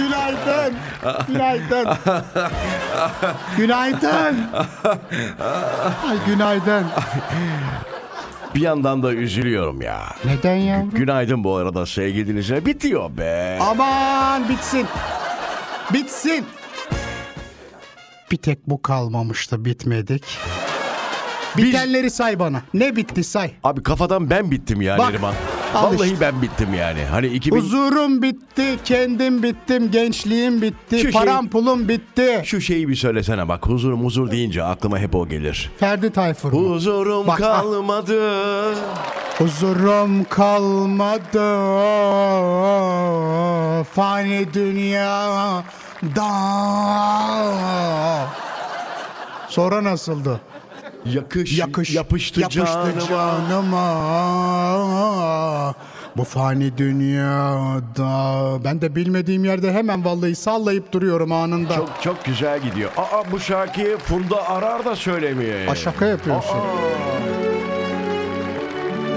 Günaydın. Günaydın. Günaydın. Ay günaydın. Bir yandan da üzülüyorum ya. Neden yavrum? Günaydın bu arada sevgilinize. Bitiyor be. Aman bitsin. Bitsin. Bir tek bu kalmamıştı bitmedik. Bitenleri say bana. Ne bitti say. Abi kafadan ben bittim yani Bak, Neriman. al Vallahi işte. ben bittim yani. Hani 2000 Huzurum bitti, kendim bittim, gençliğim bitti, Şu şey- param pulum bitti. şu şeyi bir söylesene bak. Huzurum huzur deyince aklıma hep o gelir. Ferdi Tayfur. mu? Huzurum Bak, ah. kalmadı. Huzurum kalmadı fani dünya da. Sonra nasıldı? Yakış, Yakış, yapıştı, canıma. canıma. Bu fani dünyada. Ben de bilmediğim yerde hemen vallahi sallayıp duruyorum anında. Çok çok güzel gidiyor. Aa bu şarkıyı Funda Arar da söylemiyor. Ay, şaka yapıyorsun.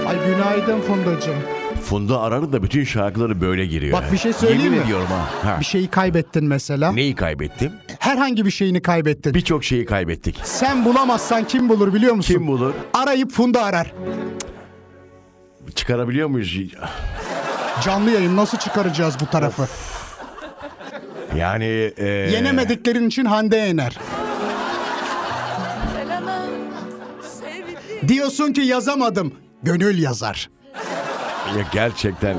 Ay günaydın Fundacığım. Funda Arar'ın da bütün şarkıları böyle giriyor. Bak, bir şey söyleyeyim Yemin mi? ediyorum ha. ha. Bir şey- şeyi kaybettin mesela. Neyi kaybettim? Herhangi bir şeyini kaybettin. Birçok şeyi kaybettik. Sen bulamazsan kim bulur biliyor musun? Kim bulur? Arayıp Funda arar. Çıkarabiliyor muyuz? Canlı yayın nasıl çıkaracağız bu tarafı? Yani e, Yenemediklerin için Hande yener. Selena'm sevdi. Diyorsun ki yazamadım. Gönül yazar. ya gerçekten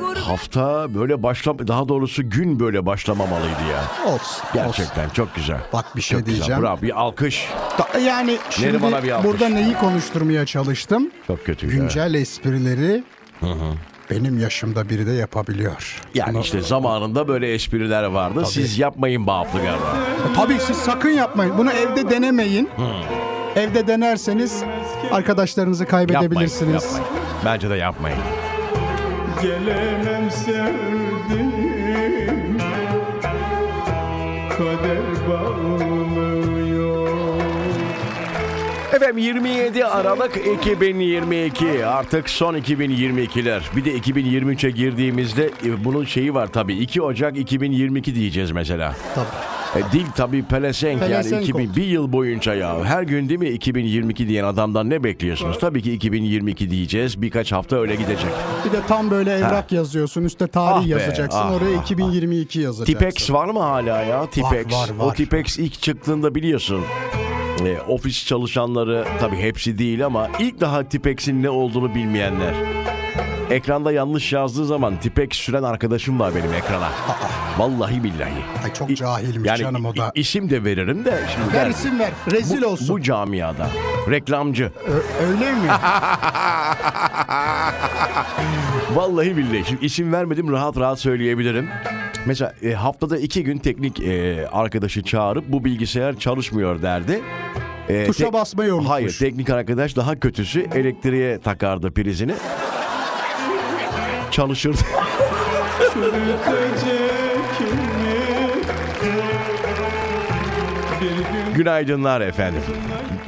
Gurur hafta böyle başlam daha doğrusu gün böyle başlamamalıydı ya. Olsun. olsun. Gerçekten çok güzel. Bak bir şey çok diyeceğim. Güzel. Bravo. Bir alkış. Ta- yani şimdi Neriman'a bir alkış. burada neyi konuşturmaya çalıştım? Çok kötü. Güncel esprileri benim yaşımda biri de yapabiliyor. Yani işte zamanında böyle espriler vardı. Siz yapmayın bağıplı galiba. E, Tabii siz sakın yapmayın. Bunu evde denemeyin. Evde denerseniz arkadaşlarınızı Yapmayın, kaybedebilirsiniz. yapmayın. Bence de yapmayın. Gelemem sevdim Kader bağlıyor Efendim 27 Aralık 2022 artık son 2022'ler. Bir de 2023'e girdiğimizde e, bunun şeyi var tabii 2 Ocak 2022 diyeceğiz mesela. Tabii. E, dil tabii pelesenk, yani Pelesenk 2000, oldu. bir yıl boyunca ya. Her gün değil mi 2022 diyen adamdan ne bekliyorsunuz? Tabii ki 2022 diyeceğiz. Birkaç hafta öyle gidecek. Bir de tam böyle evrak yazıyorsun. Üste tarih Ah be, yazacaksın. ah, oraya ah, 2022 yazacaksın. Tipex var mı hala ya? Tipex. var, var. O Tipex ilk çıktığında biliyorsun. e, ofis çalışanları tabii hepsi değil ama ilk daha Tipex'in ne olduğunu bilmeyenler. Ekranda yanlış yazdığı zaman Tipex süren arkadaşım var benim ekrana. Vallahi billahi. Ay çok İ- cahilmiş yani canım o da. i- isim de veririm de şimdi ver der- isim ver. Rezil bu, olsun. bu Ah. camiada reklamcı. Ö- öyle mi? Vallahi billahi. Şimdi isim vermedim rahat rahat söyleyebilirim. Mesela e, haftada iki gün teknik e, arkadaşı çağırıp bu bilgisayar çalışmıyor derdi. E, Tuşa tek- basmayı unutmuş. Hayır teknik arkadaş daha kötüsü elektriğe takardı prizini. Çalışırdı. Bitecek mi? Bir gün Günaydınlar efendim.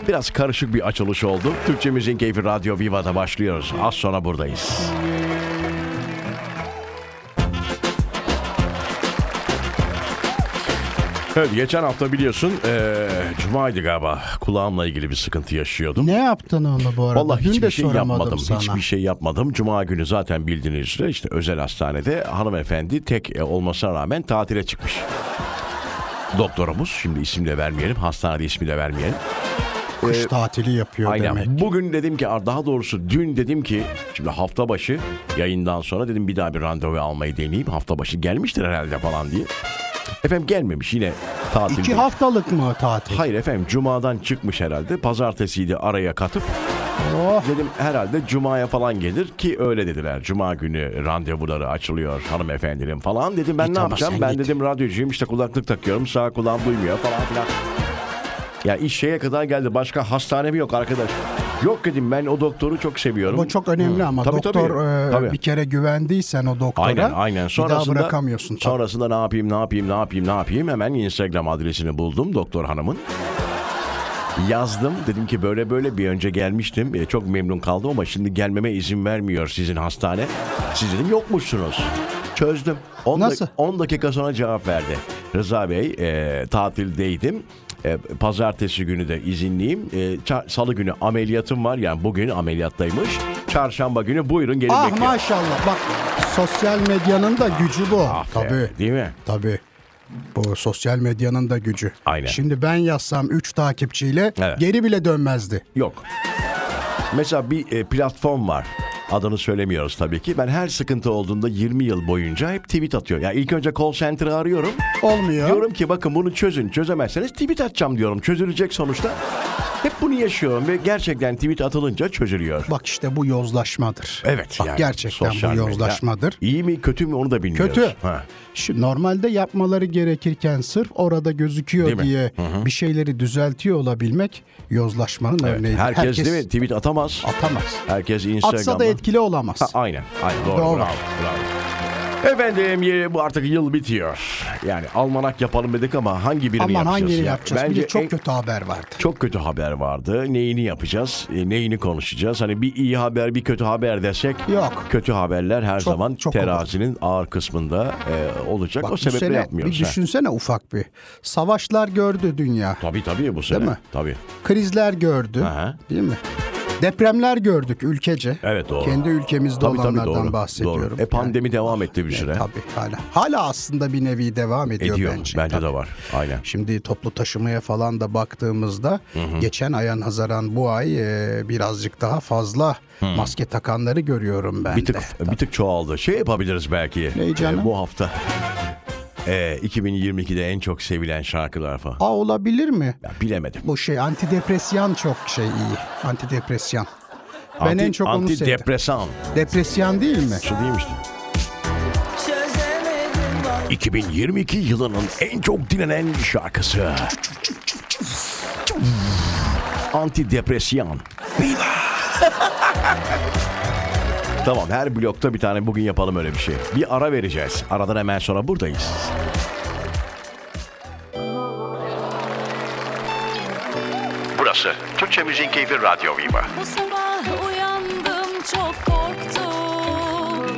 Biraz karışık bir açılış oldu. Türkçemizin keyfi Radyo Viva'da başlıyoruz. Az sonra buradayız. Evet geçen hafta biliyorsun eee Cuma'ydı galiba kulağımla ilgili bir sıkıntı yaşıyordum. ne yaptın onu bu arada? Vallahi Dün hiçbir de şey soramadım yapmadım. sana. Hiçbir şey yapmadım. Cuma günü zaten bildiğiniz üzere işte özel hastanede hanımefendi tek e, olmasına rağmen tatile çıkmış. Doktorumuz şimdi isim de vermeyelim. Hastanede ismi de vermeyelim. Kış tatili yapıyor Aynen. demek. Bugün dedim ki daha doğrusu dün dedim ki şimdi hafta başı yayından sonra dedim bir daha bir randevu almayı deneyeyim. Hafta başı gelmiştir herhalde falan diye. Efendim gelmemiş yine tatilde. İki haftalık mı o tatil? Hayır efendim cumadan çıkmış herhalde. Pazartesiydi araya katıp. Oh. Dedim herhalde cumaya falan gelir ki öyle dediler. Cuma günü randevuları açılıyor hanımefendinin falan. Dedim ben Git ne ama yapacağım? E sen Ben git. dedim radyocuyum işte kulaklık takıyorum sağ kulağım duymuyor falan filan. Ya iş şeye kadar geldi. Başka hastane mi yok arkadaş? Yok dedim ben o doktoru çok seviyorum. Bu çok önemli ama Hmm. Tabii, doktor tabii. e, Tabii. bir kere güvendiysen o doktora Aynen aynen. bir daha bırakamıyorsun. tabii. Sonrasında ne yapayım ne yapayım ne yapayım ne yapayım hemen Instagram adresini buldum doktor hanımın. Yazdım dedim ki böyle böyle bir önce gelmiştim E, çok memnun kaldım ama şimdi gelmeme izin vermiyor sizin hastane. Siz dedim yokmuşsunuz. Çözdüm. 10 Nasıl? 10 dakika sonra cevap verdi. Rıza Bey e, tatildeydim. E, pazartesi günü de izinliyim. E, ça- Salı günü ameliyatım var. Yani bugün ameliyattaymış. Çarşamba günü buyurun gelin Ah bekliyorum. maşallah bak sosyal medyanın da gücü bu. Ah be, Tabii. Değil mi? Tabii. Bu sosyal medyanın da gücü. Aynen. Şimdi ben yazsam 3 takipçiyle Evet. geri bile dönmezdi. Yok. Mesela bir e, platform var. Adını söylemiyoruz tabii ki. Ben her sıkıntı olduğunda 20 yıl boyunca hep tweet atıyor. Ya ilk önce call center'ı arıyorum. Olmuyor. Diyorum ki bakın bunu çözün. Çözemezseniz tweet atacağım diyorum. Çözülecek sonuçta. Hep bunu yaşıyorum ve gerçekten tweet atılınca çözülüyor. Bak işte bu yozlaşmadır. Evet Bak yani gerçekten sosyal bu medya. yozlaşmadır. İyi mi kötü mü onu da bilmiyoruz. Kötü. Ha. Şu normalde yapmaları gerekirken sırf orada gözüküyor Değil mi? diye bir şeyleri düzeltiyor olabilmek yozlaşmanın örneği. Herkes, değil mi tweet atamaz. Atamaz. Herkes Instagram'da. Atsa da etkili olamaz. Ha, aynen. aynen. Doğru. Doğru. Bravo. bravo. Efendim y- bu artık yıl bitiyor. Yani almanak yapalım dedik ama hangi birini Aman yapacağız? hangini ya? yapacağız? Bence bir de çok en- kötü haber vardı. Çok kötü haber vardı. Neyini yapacağız? e, Neyini konuşacağız? Hani bir iyi haber, bir kötü haber desek Yok. kötü haberler her Çok- zaman çok terazinin ağır kısmında e, olacak. Bak o bu sebeple sene yapmıyoruz. bir ha. düşünsene ufak bir. Savaşlar gördü dünya. Tabii tabii bu sene. mi? Tabii. Krizler gördü. Aha. Değil mi? Depremler gördük ülkece. Evet, doğru. Kendi ülkemizde Tabii tabii olanlardan doğru. bahsediyorum. Doğru. E pandemi devam etti bir süre. Yani, E, tabii hala. Hala aslında bir nevi devam ediyor, Ediyor. bence. Bence, Tabii. de var. Aynen. Şimdi toplu taşımaya falan da baktığımızda geçen aya nazaran bu ay e, birazcık daha fazla maske takanları görüyorum ben Bir tık de. bir tık çoğaldı. Şey yapabiliriz belki. Eh, Eh, Ne canım? bu hafta. E, 2022'de en çok sevilen şarkılar falan. Aa olabilir mi? Ya, bilemedim. Bu şey antidepresyan çok şey iyi. Antidepresyan. Ben Anti- en çok onu sevdim. Antidepresan. Depresyan değil mi? Şu değilmiş. Çözemedim bak 2022 yılının en çok dinlenen şarkısı. Antidepresyan. tamam her blokta bir tane bugün yapalım öyle bir şey. Bir ara vereceğiz. Aradan hemen sonra buradayız. Burası Türkçe Müziğin Keyfi Radyo Viva. Bu sabah uyandım çok korktum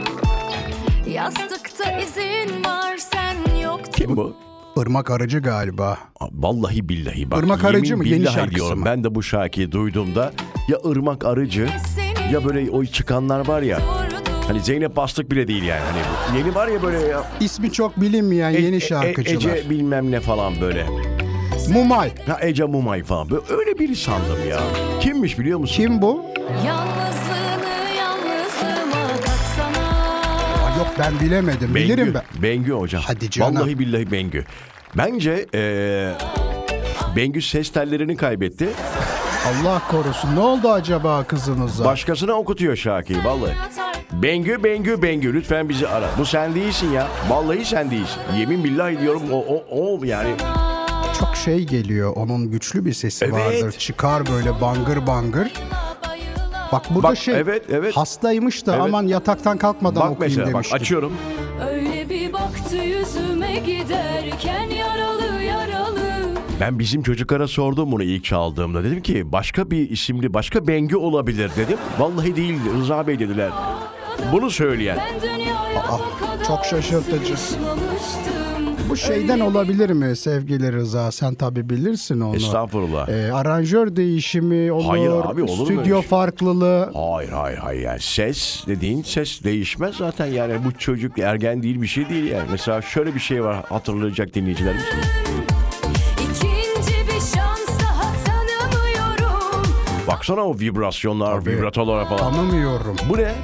Yastıkta izin var sen yoktun Kim bu? Irmak Arıcı galiba. Vallahi billahi bak. Irmak yemin Arıcı mı? Yeni billahi şarkısı diyorum. mı? Ben de bu şarkıyı duyduğumda ya Irmak Arıcı ya böyle o çıkanlar var ya. Hani Zeynep Bastık bile değil yani. Hani bu yeni var ya böyle ya. İsmi çok bilinmeyen yeni E- e- şarkıcılar. Ece bilmem ne falan böyle. Mumay. Ha Ece Mumay falan. Böyle öyle biri sandım ya. Kimmiş biliyor musun? Kim bu? Yalnızlığını yalnızlığıma katsana Aa, yok ben bilemedim. Bengü. Bilirim ben. Bengü hocam. Hadi canım. Vallahi billahi Bengü. Bence eee Bengü ses tellerini kaybetti. Allah korusun. Ne oldu acaba kızınıza? Başkasına okutuyor şarkıyı vallahi. Atar Bengü Bengü Bengü lütfen bizi ara. Bu sen değilsin ya. Vallahi sen değilsin. Yemin billahi diyorum o o o yani Çok şey geliyor. Onun güçlü bir sesi Evet. vardır. Çıkar böyle bangır bangır. bayıla Bak burada Bak, şey. evet, evet. Hastaymış da Evet. aman yataktan kalkmadan bak okuyayım mesela bak demişti. açıyorum. Öyle bir baktı yüzüme giderken yaralı yaralı Ben bizim çocuklara sordum bunu ilk çaldığımda. Dedim ki başka bir isimli başka Bengü olabilir dedim. Vallahi değil Rıza Bey dediler. Bunu söyleyen. Ben dünyaya Aa, bu kadar Ah, çok şaşırtıcı. sıkışmamıştım. Bu şeyden olabilir mi sevgili Rıza? Sen tabi bilirsin onu. Estağfurullah. Ee, aranjör değişimi olur. Hayır abi, olur mu öyle Stüdyo şey? farklılığı. Hayır hayır hayır yani ses dediğin ses değişmez zaten yani bu çocuk ergen değil bir şey değil yani. Mesela şöyle bir şey var hatırlayacak dinleyicilerimiz. İkinci bir şans daha tanımıyorum Baksana o vibrasyonlar, Tabii. vibratolara falan. Tanımıyorum. Bu ne?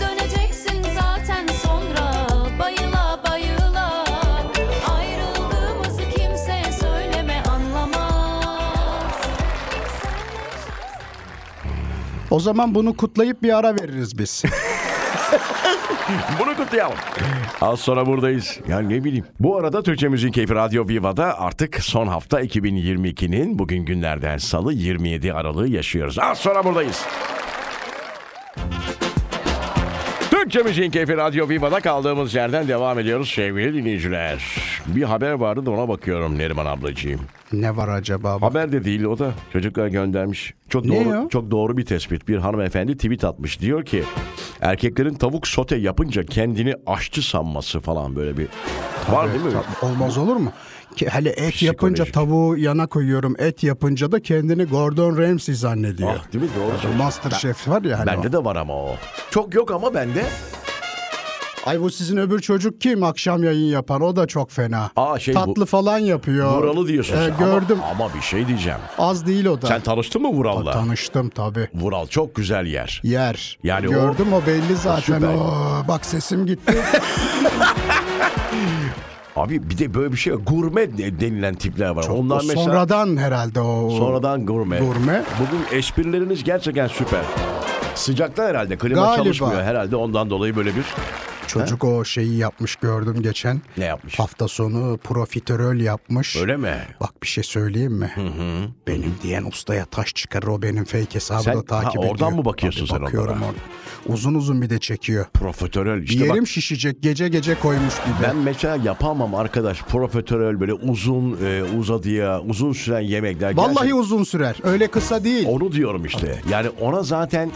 Döneceksin zaten sonra Bayıla bayıla Ayrıldığımızı kimseye söyleme anlamaz O zaman bunu kutlayıp bir ara veririz biz. Bunu kutlayalım. Az sonra buradayız. Ya ne bileyim. Bu arada Türkçe Müziğin Keyfi Radyo Viva'da artık son hafta 2022'nin bugün günlerden salı 27 Aralık'ı yaşıyoruz. Az sonra buradayız. Akşam için Keyfi Radyo Viva'da kaldığımız yerden devam ediyoruz sevgili dinleyiciler. Bir haber vardı da ona bakıyorum Neriman ablacığım. Ne var acaba? Haber de değil o da çocuklar göndermiş. Çok Ne doğru ya? çok doğru bir tespit. Bir hanımefendi tweet atmış. Diyor ki erkeklerin tavuk sote yapınca kendini aşçı sanması falan böyle bir var değil mi? Tabii, Olmaz olur mu? Ki hele et yapınca Psikolojik. tavuğu yana koyuyorum. Et yapınca da kendini Gordon Ramsay zannediyor. Ah, değil mi? Doğru söylüyorsun. Master Chef var ya hani o. Bende de var ama o. Çok yok ama bende. Ay bu sizin öbür çocuk kim akşam yayın yapan o da çok fena. Aa, şey bu- Tatlı falan yapıyor. Vuralı diyorsun. Ee, sen. Ama- gördüm Ama, bir şey diyeceğim. az değil o da. Sen tanıştın mı Vural'la? Tanıştım tabi. Vural çok güzel yer. Yer. Yani o- Gördüm o, belli zaten. süper. Oo, bak sesim gitti. Abi bir de böyle bir şey var. gurme de- denilen tipler var. Onlar O mesela sonradan herhalde o. sonradan gurme. Gurme. Bugün esprileriniz gerçekten süper. Sıcakta herhalde klima Galiba. çalışmıyor herhalde ondan dolayı böyle bir Çocuk o şeyi yapmış gördüm geçen. ne yapmış? Hafta sonu profiterol yapmış. Öyle mi? Bak bir şey söyleyeyim mi? Benim diyen ustaya taş çıkarır o benim fake hesabı Sen- da takip ha, ediyor. oradan mı bakıyorsun sen bakıyorum onlara? orada. Uzun uzun bir de çekiyor. Profiterol işte Yerim bak. şişecek gece gece koymuş bir de. Ben mesela yapamam arkadaş. Profiterol böyle uzun e, uzadıya, uzun süren yemekler. Vallahi Gerçekten- uzun sürer öyle kısa değil. Onu diyorum işte. Yani ona zaten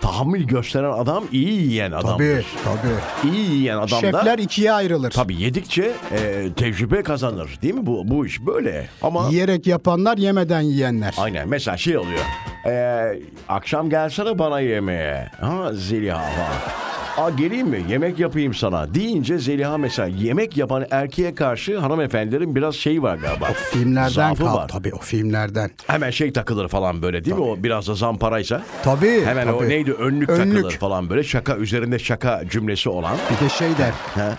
tahammül gösteren adam iyi yiyen tabii adamdır. tabii. İyi yiyen adam da Şefler ikiye ayrılır. tabii yedikçe e, tecrübe kazanır. Değil mi bu bu iş böyle? Ama Yiyerek yapanlar yemeden yiyenler. aynen mesela şey oluyor. E, akşam gelsene bana yemeğe. Ha Zeliha falan. Aa geleyim mi? Yemek yapayım sana. Deyince Zeliha mesela yemek yapan erkeğe karşı hanımefendilerin biraz şeyi var galiba. Filmlerden zaafı kal var. tabii o filmlerden. Hemen şey takılır falan böyle değil mi? O biraz da zamparaysa. Tabii. Hemen o tabii. neydi önlük, takılır falan böyle şaka üzerinde şaka cümlesi olan. Bir de şey der.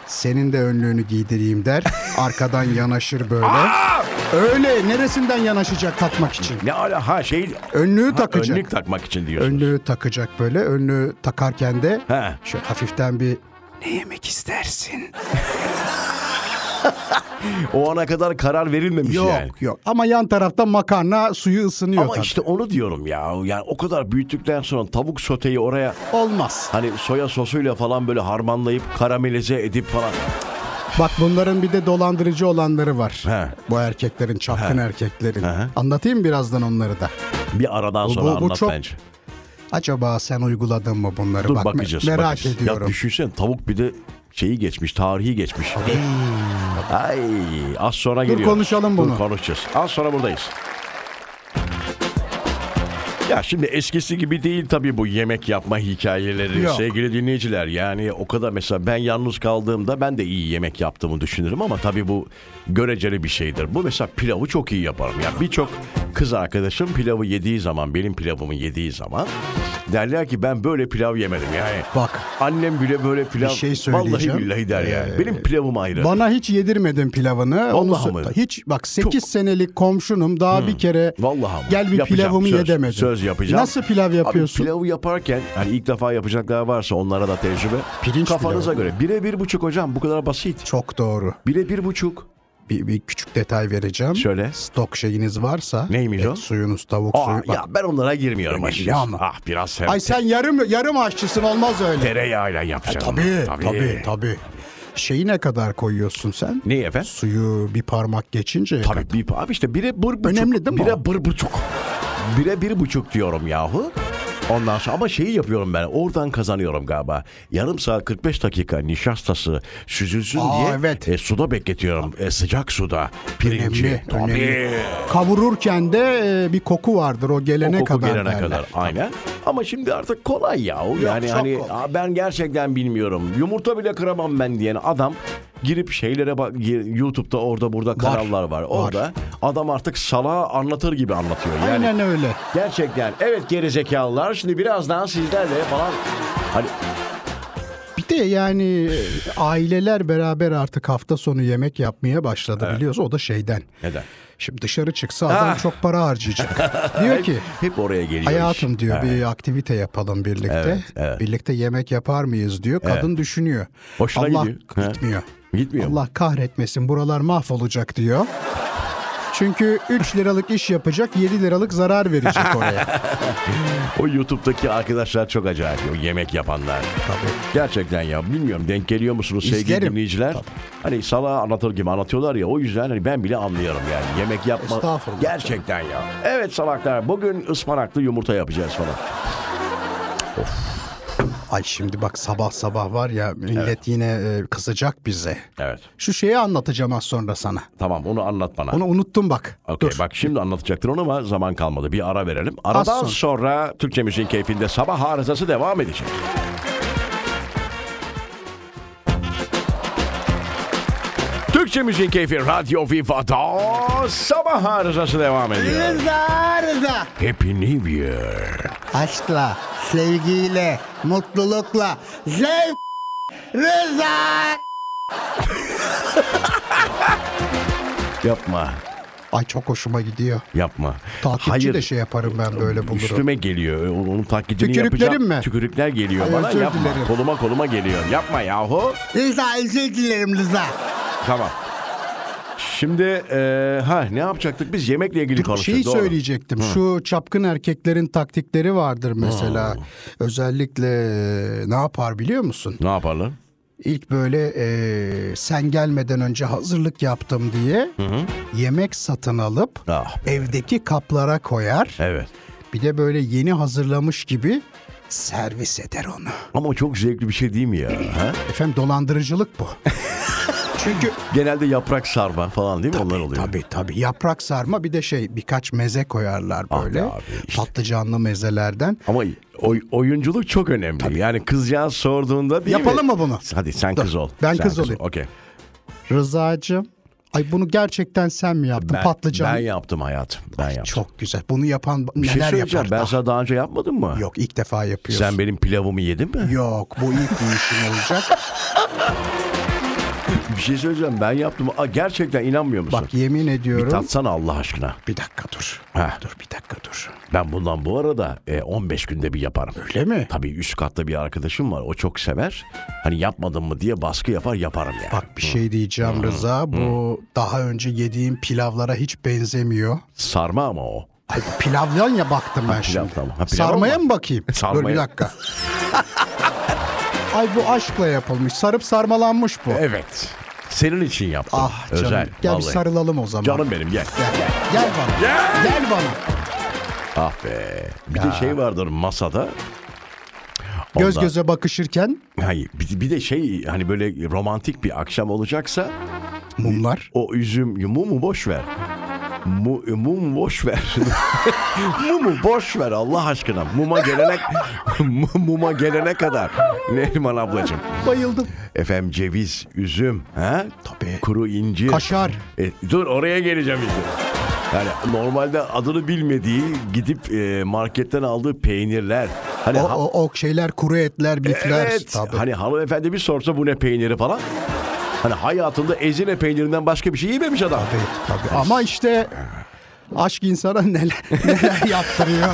Senin de önlüğünü giydireyim der. Arkadan yanaşır böyle. Öyle neresinden yanaşacak takmak için? Ne ala ha şey Önlüğü ha, takacak. önlük takmak için diyorsunuz. Önlüğü takacak böyle. Önlüğü takarken de He. şöyle hafiften bir ne yemek istersin? O ana kadar karar verilmemiş Yok yani. yok. Ama yan tarafta makarna suyu ısınıyor Ama tabii. işte onu diyorum ya. Yani o kadar büyüttükten sonra tavuk soteyi oraya Olmaz. hani soya sosuyla falan böyle harmanlayıp karamelize edip falan. Bak bunların bir de dolandırıcı olanları var. He. Bu erkeklerin, çapkın erkeklerin. hı. Anlatayım birazdan onları da. Bir aradan Bu- sonra bu anlat çok- bence. Acaba sen uyguladın mı bunları? Dur Bak, me- bakacağız. Merak bakacağız. ediyorum. Ya düşünsen tavuk bir de şeyi geçmiş, tarihi geçmiş. Ay, az sonra geliyor. konuşalım Dur, bunu. konuşacağız. Az sonra buradayız. Ya şimdi eskisi gibi değil tabii bu yemek yapma hikayeleri Yok. sevgili dinleyiciler. Yani o kadar mesela ben yalnız kaldığımda ben de iyi yemek yaptığımı düşünürüm ama tabii bu göreceli bir şeydir. Bu mesela pilavı çok iyi yaparım. Ya birçok kız arkadaşım pilavı yediği zaman, benim pilavımı yediği zaman derler ki ben böyle pilav yemedim yani. Bak Annem bile böyle pilav Bir şey vallahi söyleyeceğim. billahi der yani. Ee, Benim pilavım ayrı. bana hiç yedirmedin pilavını. Onu Vallahi sö- mi? Hiç bak 8 senelik komşunum daha bir kere Vallahi ama. gel bir Yapacağım, pilavımı söz, ye demedi. Söz yapacağım. Nasıl pilav yapıyorsun? Abi pilavı yaparken hani ilk defa yapacaklar varsa onlara da tecrübe. Pirinç Kafanıza göre. Bire bir buçuk hocam bu kadar basit. Çok doğru. Bire bir buçuk. Bir, bir küçük detay vereceğim. Şöyle. Stok şeyiniz varsa. Neymiş et o? suyunuz, tavuk Aa, suyu. Bak. ya ben onlara girmiyorum Önemli açıkçası. ama. Ah biraz hem Ay sen yarım yarım aşçısın olmaz öyle. E, tereyağıyla yapacağım. Tabii, tabii tabii Şeyi ne kadar koyuyorsun sen? Ne efendim? Suyu bir parmak geçince. Tabii bir, abi işte bire bir buçuk. Önemli değil mi Bire o? bir buçuk. Bire bir buçuk diyorum yahu. Ondan sonra ama şeyi yapıyorum ben. Oradan kazanıyorum galiba. Yarım saat 45 dakika nişastası süzülsün Aa, diye evet. e, suda bekletiyorum. E, sıcak suda pirinci. Önemli, Tabii. önemli. Kavururken de e, bir koku vardır o O gelene koku kadar. gelene derler. kadar aynen. Ama şimdi artık kolay ya. yani çok hani kolay. "Aa, ben gerçekten bilmiyorum. Yumurta bile kıramam ben diyen adam girip şeylere bak gir- YouTube'da orada burada kanallar var. Orada adam artık salağa anlatır gibi anlatıyor. Yani Aynen öyle. Gerçekten. Evet gerizekalılar şimdi birazdan sizlerle falan hani Bir de yani e, aileler beraber artık hafta sonu yemek yapmaya başladı biliyoruz. O da şeyden. neden? Şimdi dışarı çıksa adam çok para harcayacak. diyor ki Hep oraya geliyor. Ah. iş. hayatım diyor Ha. bir aktivite yapalım birlikte. Evet, evet. Birlikte yemek yapar mıyız diyor. Kadın düşünüyor. Hoşuna Allah gidiyor. Ha. gitmiyor. Gitmiyor mu? Allah kahretmesin buralar mahvolacak diyor. Çünkü 3 liralık iş yapacak 7 liralık zarar verecek oraya. O YouTube'daki arkadaşlar çok acayip. O yemek yapanlar. Tabii. Gerçekten ya bilmiyorum denk geliyor musunuz sevgili İzlerim. dinleyiciler? Tabii. Hani salağı anlatır gibi anlatıyorlar ya o yüzden hani ben bile anlıyorum yani yemek yapma. Estağfurullah. Gerçekten ya. Evet salaklar bugün ıspanaklı yumurta yapacağız falan. Ay şimdi bak sabah sabah var ya millet yine e, kızacak bize. Evet Şu şeyi anlatacağım az sonra sana. tamam onu anlat bana. Onu unuttum bak. Okey Dur. bak şimdi anlatacaktın onu ama zaman kalmadı. Bir ara verelim. Aradan sonra. sonra Türkçe Müziğin Keyfinde sabah arızası devam edecek. Türkçe Müziğin Keyfi Radyo Viva'da sabah arızası devam ediyor. Rıza. Happy New Year. Aşkla, sevgiyle, mutlulukla, zevk, rıza. Yapma. Ay çok hoşuma gidiyor. Yapma. Takipçi de şey yaparım ben böyle bulurum. Üstüme geliyor. Onu- Onun taklidini Tükürüklerim yapacağım. mi? Tükürükler geliyor Ay, bana. özür Yapma. dilerim. Koluma koluma geliyor. Yapma yahu. Rıza özür dilerim Rıza. Tamam. Şimdi e, ha ne yapacaktık biz yemekle ilgili Bir konuştuk. şey doğru. söyleyecektim. Şu çapkın erkeklerin taktikleri vardır mesela. Özellikle e, ne yapar biliyor musun? Ne yapalım? İlk böyle e, sen gelmeden önce hazırlık yaptım diye yemek satın alıp Ah be. evdeki kaplara koyar. Evet. Bir de böyle yeni hazırlamış gibi servis eder onu. Ama çok zevkli bir şey değil mi ya? Ha? Efendim dolandırıcılık bu. Çünkü Genelde yaprak sarma falan değil mi? Onlar oluyor. tabii tabii yaprak sarma bir de şey birkaç meze koyarlar Ah be böyle. abi, işte. Patlıcanlı mezelerden. Ama oy- oyunculuk çok önemli. Yani kızcağız sorduğunda değil mi? Yapalım mı bunu? Hadi sen Dur, kız ol. ben Sen kız olayım. ol. Okey. Rızacığım. Ay bunu gerçekten sen mi yaptın? Ben, Patlıcan. ben yaptım hayatım. Ben yaptım. Çok güzel. Bunu yapan bir şey neler söyleyeceğim. yapar? Ben Ah, sana daha önce yapmadım mı? Yok ilk defa yapıyorsun. Sen benim pilavımı yedin mi? Yok bu ilk bir işin olacak. Bir şey söyleyeceğim. Ben yaptım. Aa, gerçekten inanmıyor musun? Bak yemin ediyorum. Tatsana Allah aşkına. Bir dakika dur. Ha. Dur bir dakika dur. Ben bundan bu arada e, 15 günde bir yaparım. Öyle mi? Tabii üst katta bir arkadaşım var. O çok sever. Hani yapmadın mı diye baskı yapar yaparım yani. Bak bir şey diyeceğim Rıza. Bu daha önce yediğim pilavlara hiç benzemiyor. Sarma ama o. Ay, pilavdan ya baktım ben pilav, şimdi. tamam. Ha, pilav Sarmaya ama. mı bakayım? Sarmaya. Dur bir dakika. Ay bu aşkla yapılmış. Sarıp sarmalanmış bu. Evet. Senin için yaptım. Ah canım. Özel. Gel bir vallahi. sarılalım o zaman. Canım benim gel. Gel, gel. Gel bana. Gel, bana. Ah be. Bir de şey vardır masada. Göz Ondan- göze bakışırken Hayır. Bir, bir de şey hani böyle romantik bir akşam olacaksa mumlar. o üzüm mumu boş ver. Mu, mum boş ver. mumu boş ver Allah aşkına. Muma gelene mu- muma gelene kadar. Neriman ablacığım. Bayıldım. Efendim ceviz, üzüm, ha? Tabii. Kuru incir. Kaşar. E, dur oraya geleceğim işte. Yani normalde adını bilmediği gidip e, marketten aldığı peynirler. Hani O, ha- o, o şeyler kuru etler, bifler. Evet. Tabii. Hani hanımefendi bir sorsa bu ne peyniri falan. Hani hayatında ezine peynirinden başka bir şey yememiş adam. Tabii, tabii. Ama işte aşk insana neler, neler yaptırıyor.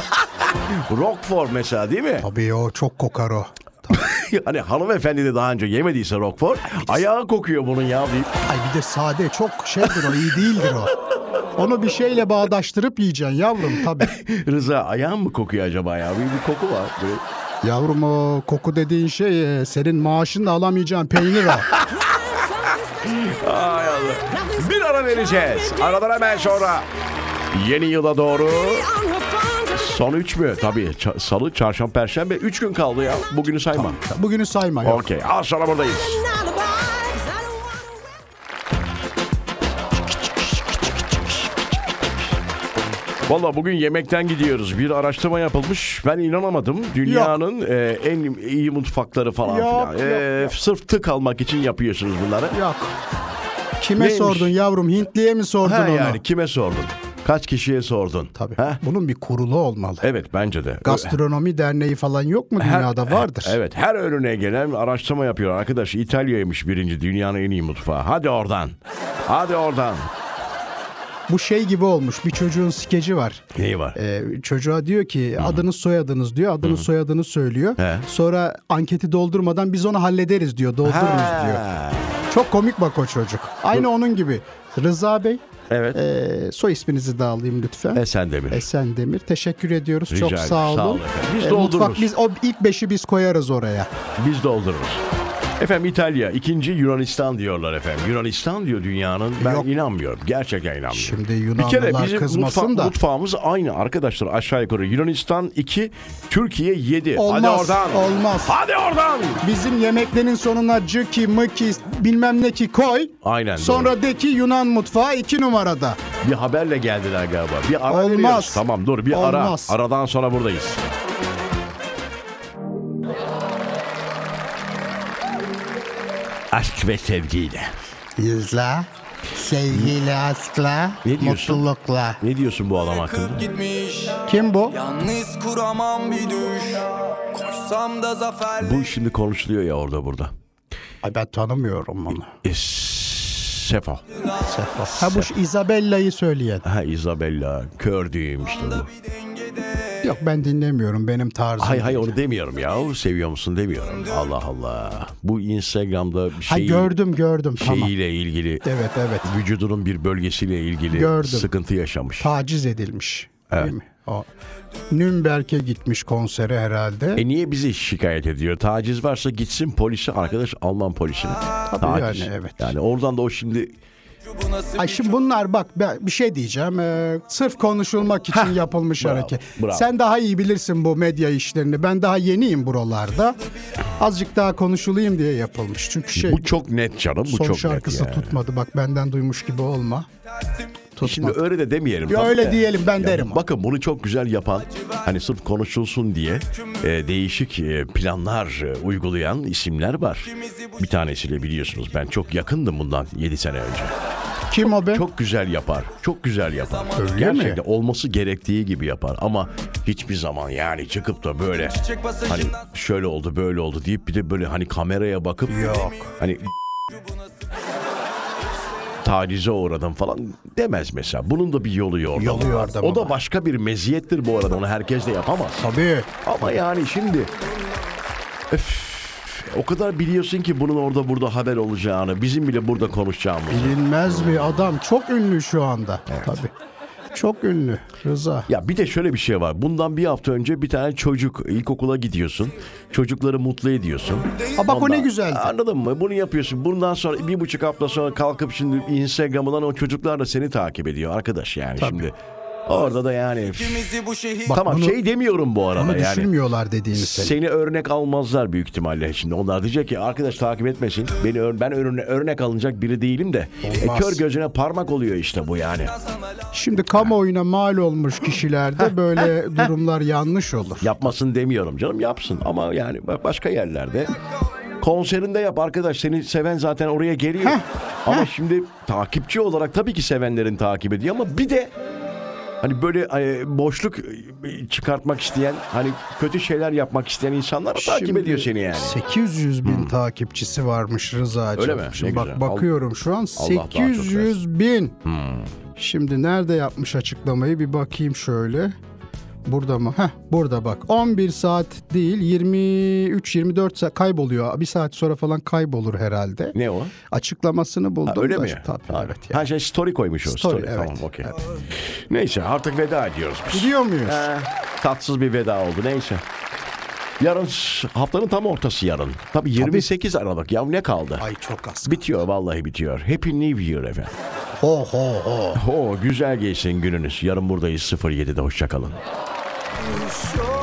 Roquefort mesela değil mi? Tabii o çok kokar o. hani hanımefendi de daha önce yemediyse Roquefort ayağı kokuyor bunun ya deyip. Ay bir de sade çok şeydir o iyi değildir o. Onu bir şeyle bağdaştırıp yiyeceksin yavrum tabii. Rıza ayağın mı kokuyor acaba ya? Bir, bir koku var. Böyle. Yavrum o koku dediğin şey e, senin maaşınla alamayacağın peynir o. Ay Allah. Bir ara vereceğiz. Aradan hemen sonra. Yeni yıla doğru. Son üç mü? Tabii. ça- Salı, çarşamba, perşembe. Üç gün kaldı ya. Bugünü sayma. Bugünü sayma yok. Okey. Az sonra buradayız. Valla bugün yemekten gidiyoruz. Bir araştırma yapılmış. Ben inanamadım. Dünyanın e, en iyi mutfakları falan Yok, filan. yok, E, Sırf tık almak için yapıyorsunuz bunları. Yok. Kime Neymiş? sordun yavrum? Hintliye mi sordun Ha onu? yani kime sordun? Kaç kişiye sordun? Tabii. Ha? Bunun bir kurulu olmalı. Evet bence de. Gastronomi derneği falan yok mu dünyada? Vardır. Evet her önüne gelen araştırma yapıyor. Arkadaş İtalya'ymış birinci dünyanın en iyi mutfağı. Hadi oradan. Hadi oradan. Bu şey gibi olmuş. Bir çocuğun skeci var. Neyi var? Ee, çocuğa diyor ki adınız soyadınız diyor. Adını soyadını söylüyor. He. Sonra anketi doldurmadan biz onu hallederiz diyor. Doldururuz diyor. Ha. Çok komik bak o çocuk. Aynı onun gibi. Rıza Bey Evet. Ee, soy isminizi de alayım lütfen. Esen Demir. Esen Demir. Teşekkür ediyoruz. Rica Çok ederim. sağ olun. Sağ olun efendim. Biz Ee, doldururuz. mutfak- biz o ilk beşi biz koyarız oraya. Biz doldururuz. Efendim İtalya, ikinci Yunanistan diyorlar efendim. Yunanistan diyor dünyanın. Ben Yok. inanmıyorum. Gerçekten inanmıyorum. Şimdi bir kere Yunanlılar bizim kızmasın mutfa- da. mutfağımız aynı arkadaşlar aşağı yukarı. Yunanistan 2, Türkiye 7. Hadi Olmaz, oradan. olmaz. Hadi oradan. Bizim yemeklerin sonuna cıki, mıki, bilmem ne ki koy. Aynen Sonra de ki Yunan mutfağı iki numarada. Bir haberle geldiler galiba. Bir ara Olmaz. veriyoruz. Tamam dur bir Olmaz. ara. Aradan sonra buradayız. Aşk ve sevgiyle. Yüzle, sevgiyle, aşkla, Ne diyorsun? mutlulukla. Ne diyorsun bu adam hakkında? Kırıp gitmiş Kim bu? Yalnız kuramam bir düş Koşsam da zaferle Bu şimdi konuşuluyor ya orada burada. Ay ben tanımıyorum onu. E, Sefo. Ha bu şu Isabella'yı söyleyen. Ha Isabella. Kör diyeyim işte bu. Yok ben dinlemiyorum benim tarzım. Hay hay onu demiyorum ya. Seviyor musun demiyorum. Allah Allah. Bu Instagram'da bir Ha şey, gördüm gördüm tamam. şeyiyle ilgili. Evet evet. Vücudunun bir bölgesiyle ilgili Gördüm. sıkıntı yaşamış. Taciz edilmiş. Değil mi? O. Nürnberg'e gitmiş konsere herhalde. E niye bizi şikayet ediyor? Taciz varsa gitsin polise arkadaş Alman polisine. Taciz. yani, evet. Yani oradan da o şimdi Bu nasıl Ay şimdi bunlar bak ben bir şey diyeceğim. Ee, sırf konuşulmak için yapılmış bravo, hareket. bravo. Sen daha iyi bilirsin bu medya işlerini. Ben daha yeniyim buralarda. Azıcık daha konuşulayım diye yapılmış. Çünkü şey bu çok net canım bu son çok net şarkısı yani. tutmadı. Bak benden duymuş gibi olma. Tutmadı. Şimdi öyle de demeyelim. Ya tabii öyle de. diyelim, ben Ya derim. Bakın bunu çok güzel yapan hani sırf konuşulsun diye e, değişik e, planlar e, uygulayan isimler var. Bir tanesiyle biliyorsunuz ben çok yakındım bundan 7 sene önce. Kim o be? Çok güzel yapar. Çok güzel yapar. Öyle mi? Gerçekten olması gerektiği gibi yapar ama hiçbir zaman yani çıkıp da böyle Çek hani pasajından şöyle oldu böyle oldu deyip bir de böyle hani kameraya bakıp Yok. hani tacize uğradım falan demez mesela. Bunun da bir yolu yordamı Yolu var. yordamı O da var. başka bir meziyettir bu arada. Onu herkes de yapamaz. Tabii. Ama yani şimdi öf, o kadar biliyorsun ki bunun orada burada haber olacağını, bizim bile burada konuşacağımızı. Bilinmez mi adam? Çok ünlü şu anda. Tabii. Çok ünlü. Rıza. Ya bir de şöyle bir şey var. Bundan bir hafta önce bir tane çocuk ilkokula gidiyorsun. Çocukları mutlu ediyorsun. Ha bak o ne Ondan- güzeldi. Anladın mı? Bunu yapıyorsun. Bundan sonra bir buçuk hafta sonra kalkıp şimdi Instagram'dan o çocuklar da seni takip ediyor arkadaş yani şimdi. Orada da yani. ikimizi bu şehir tamam bunu- şey demiyorum bu arada Onu yani. düşünmüyorlar dediğini senin. Seni örnek almazlar büyük ihtimalle şimdi. Onlar diyecek ki arkadaş takip etmesin. Beni ör- ben örne- örnek alınacak biri değilim de. E, Olmaz. kör gözüne parmak oluyor işte bu yani. Şimdi kamuoyuna mal olmuş kişilerde böyle durumlar yanlış olur. Yapmasın demiyorum canım yapsın ama yani bak başka yerlerde konserinde yap arkadaş seni seven zaten oraya geliyor. Heh, ama şimdi takipçi olarak tabii ki sevenlerin takip ediyor ama bir de hani böyle e, boşluk e, çıkartmak isteyen hani kötü şeyler yapmak isteyen insanlar takip Şimdi ediyor seni yani. Hmm. 800 bin takipçisi varmış Rıza'cığım. Öyle mi? Şimdi Ne bak güzel. bakıyorum şu an Allah daha çok Hmm. 800 bin. Şimdi nerede yapmış açıklamayı bir bakayım şöyle. Burada mı? Heh burada bak. 11 saat değil 23-24 saat kayboluyor. Bir saat sonra falan kaybolur herhalde. Ne o? Açıklamasını buldum. Ha, öyle da- mi? Tabii, Ha, evet. Ha şey story koymuş o story. Story, evet. Tamam okey. Neyse artık veda ediyoruz biz. Gidiyor muyuz? Ha, tatsız bir veda oldu neyse. Yarın s- haftanın tam ortası yarın. Tabii 28 Aralık ya ne kaldı? Ay çok az. Bitiyor vallahi bitiyor. Happy New Year efendim. Oh, Ho ho ho. Ho güzel geçsin gününüz. Yarın buradayız 07'de hoşçakalın. Şu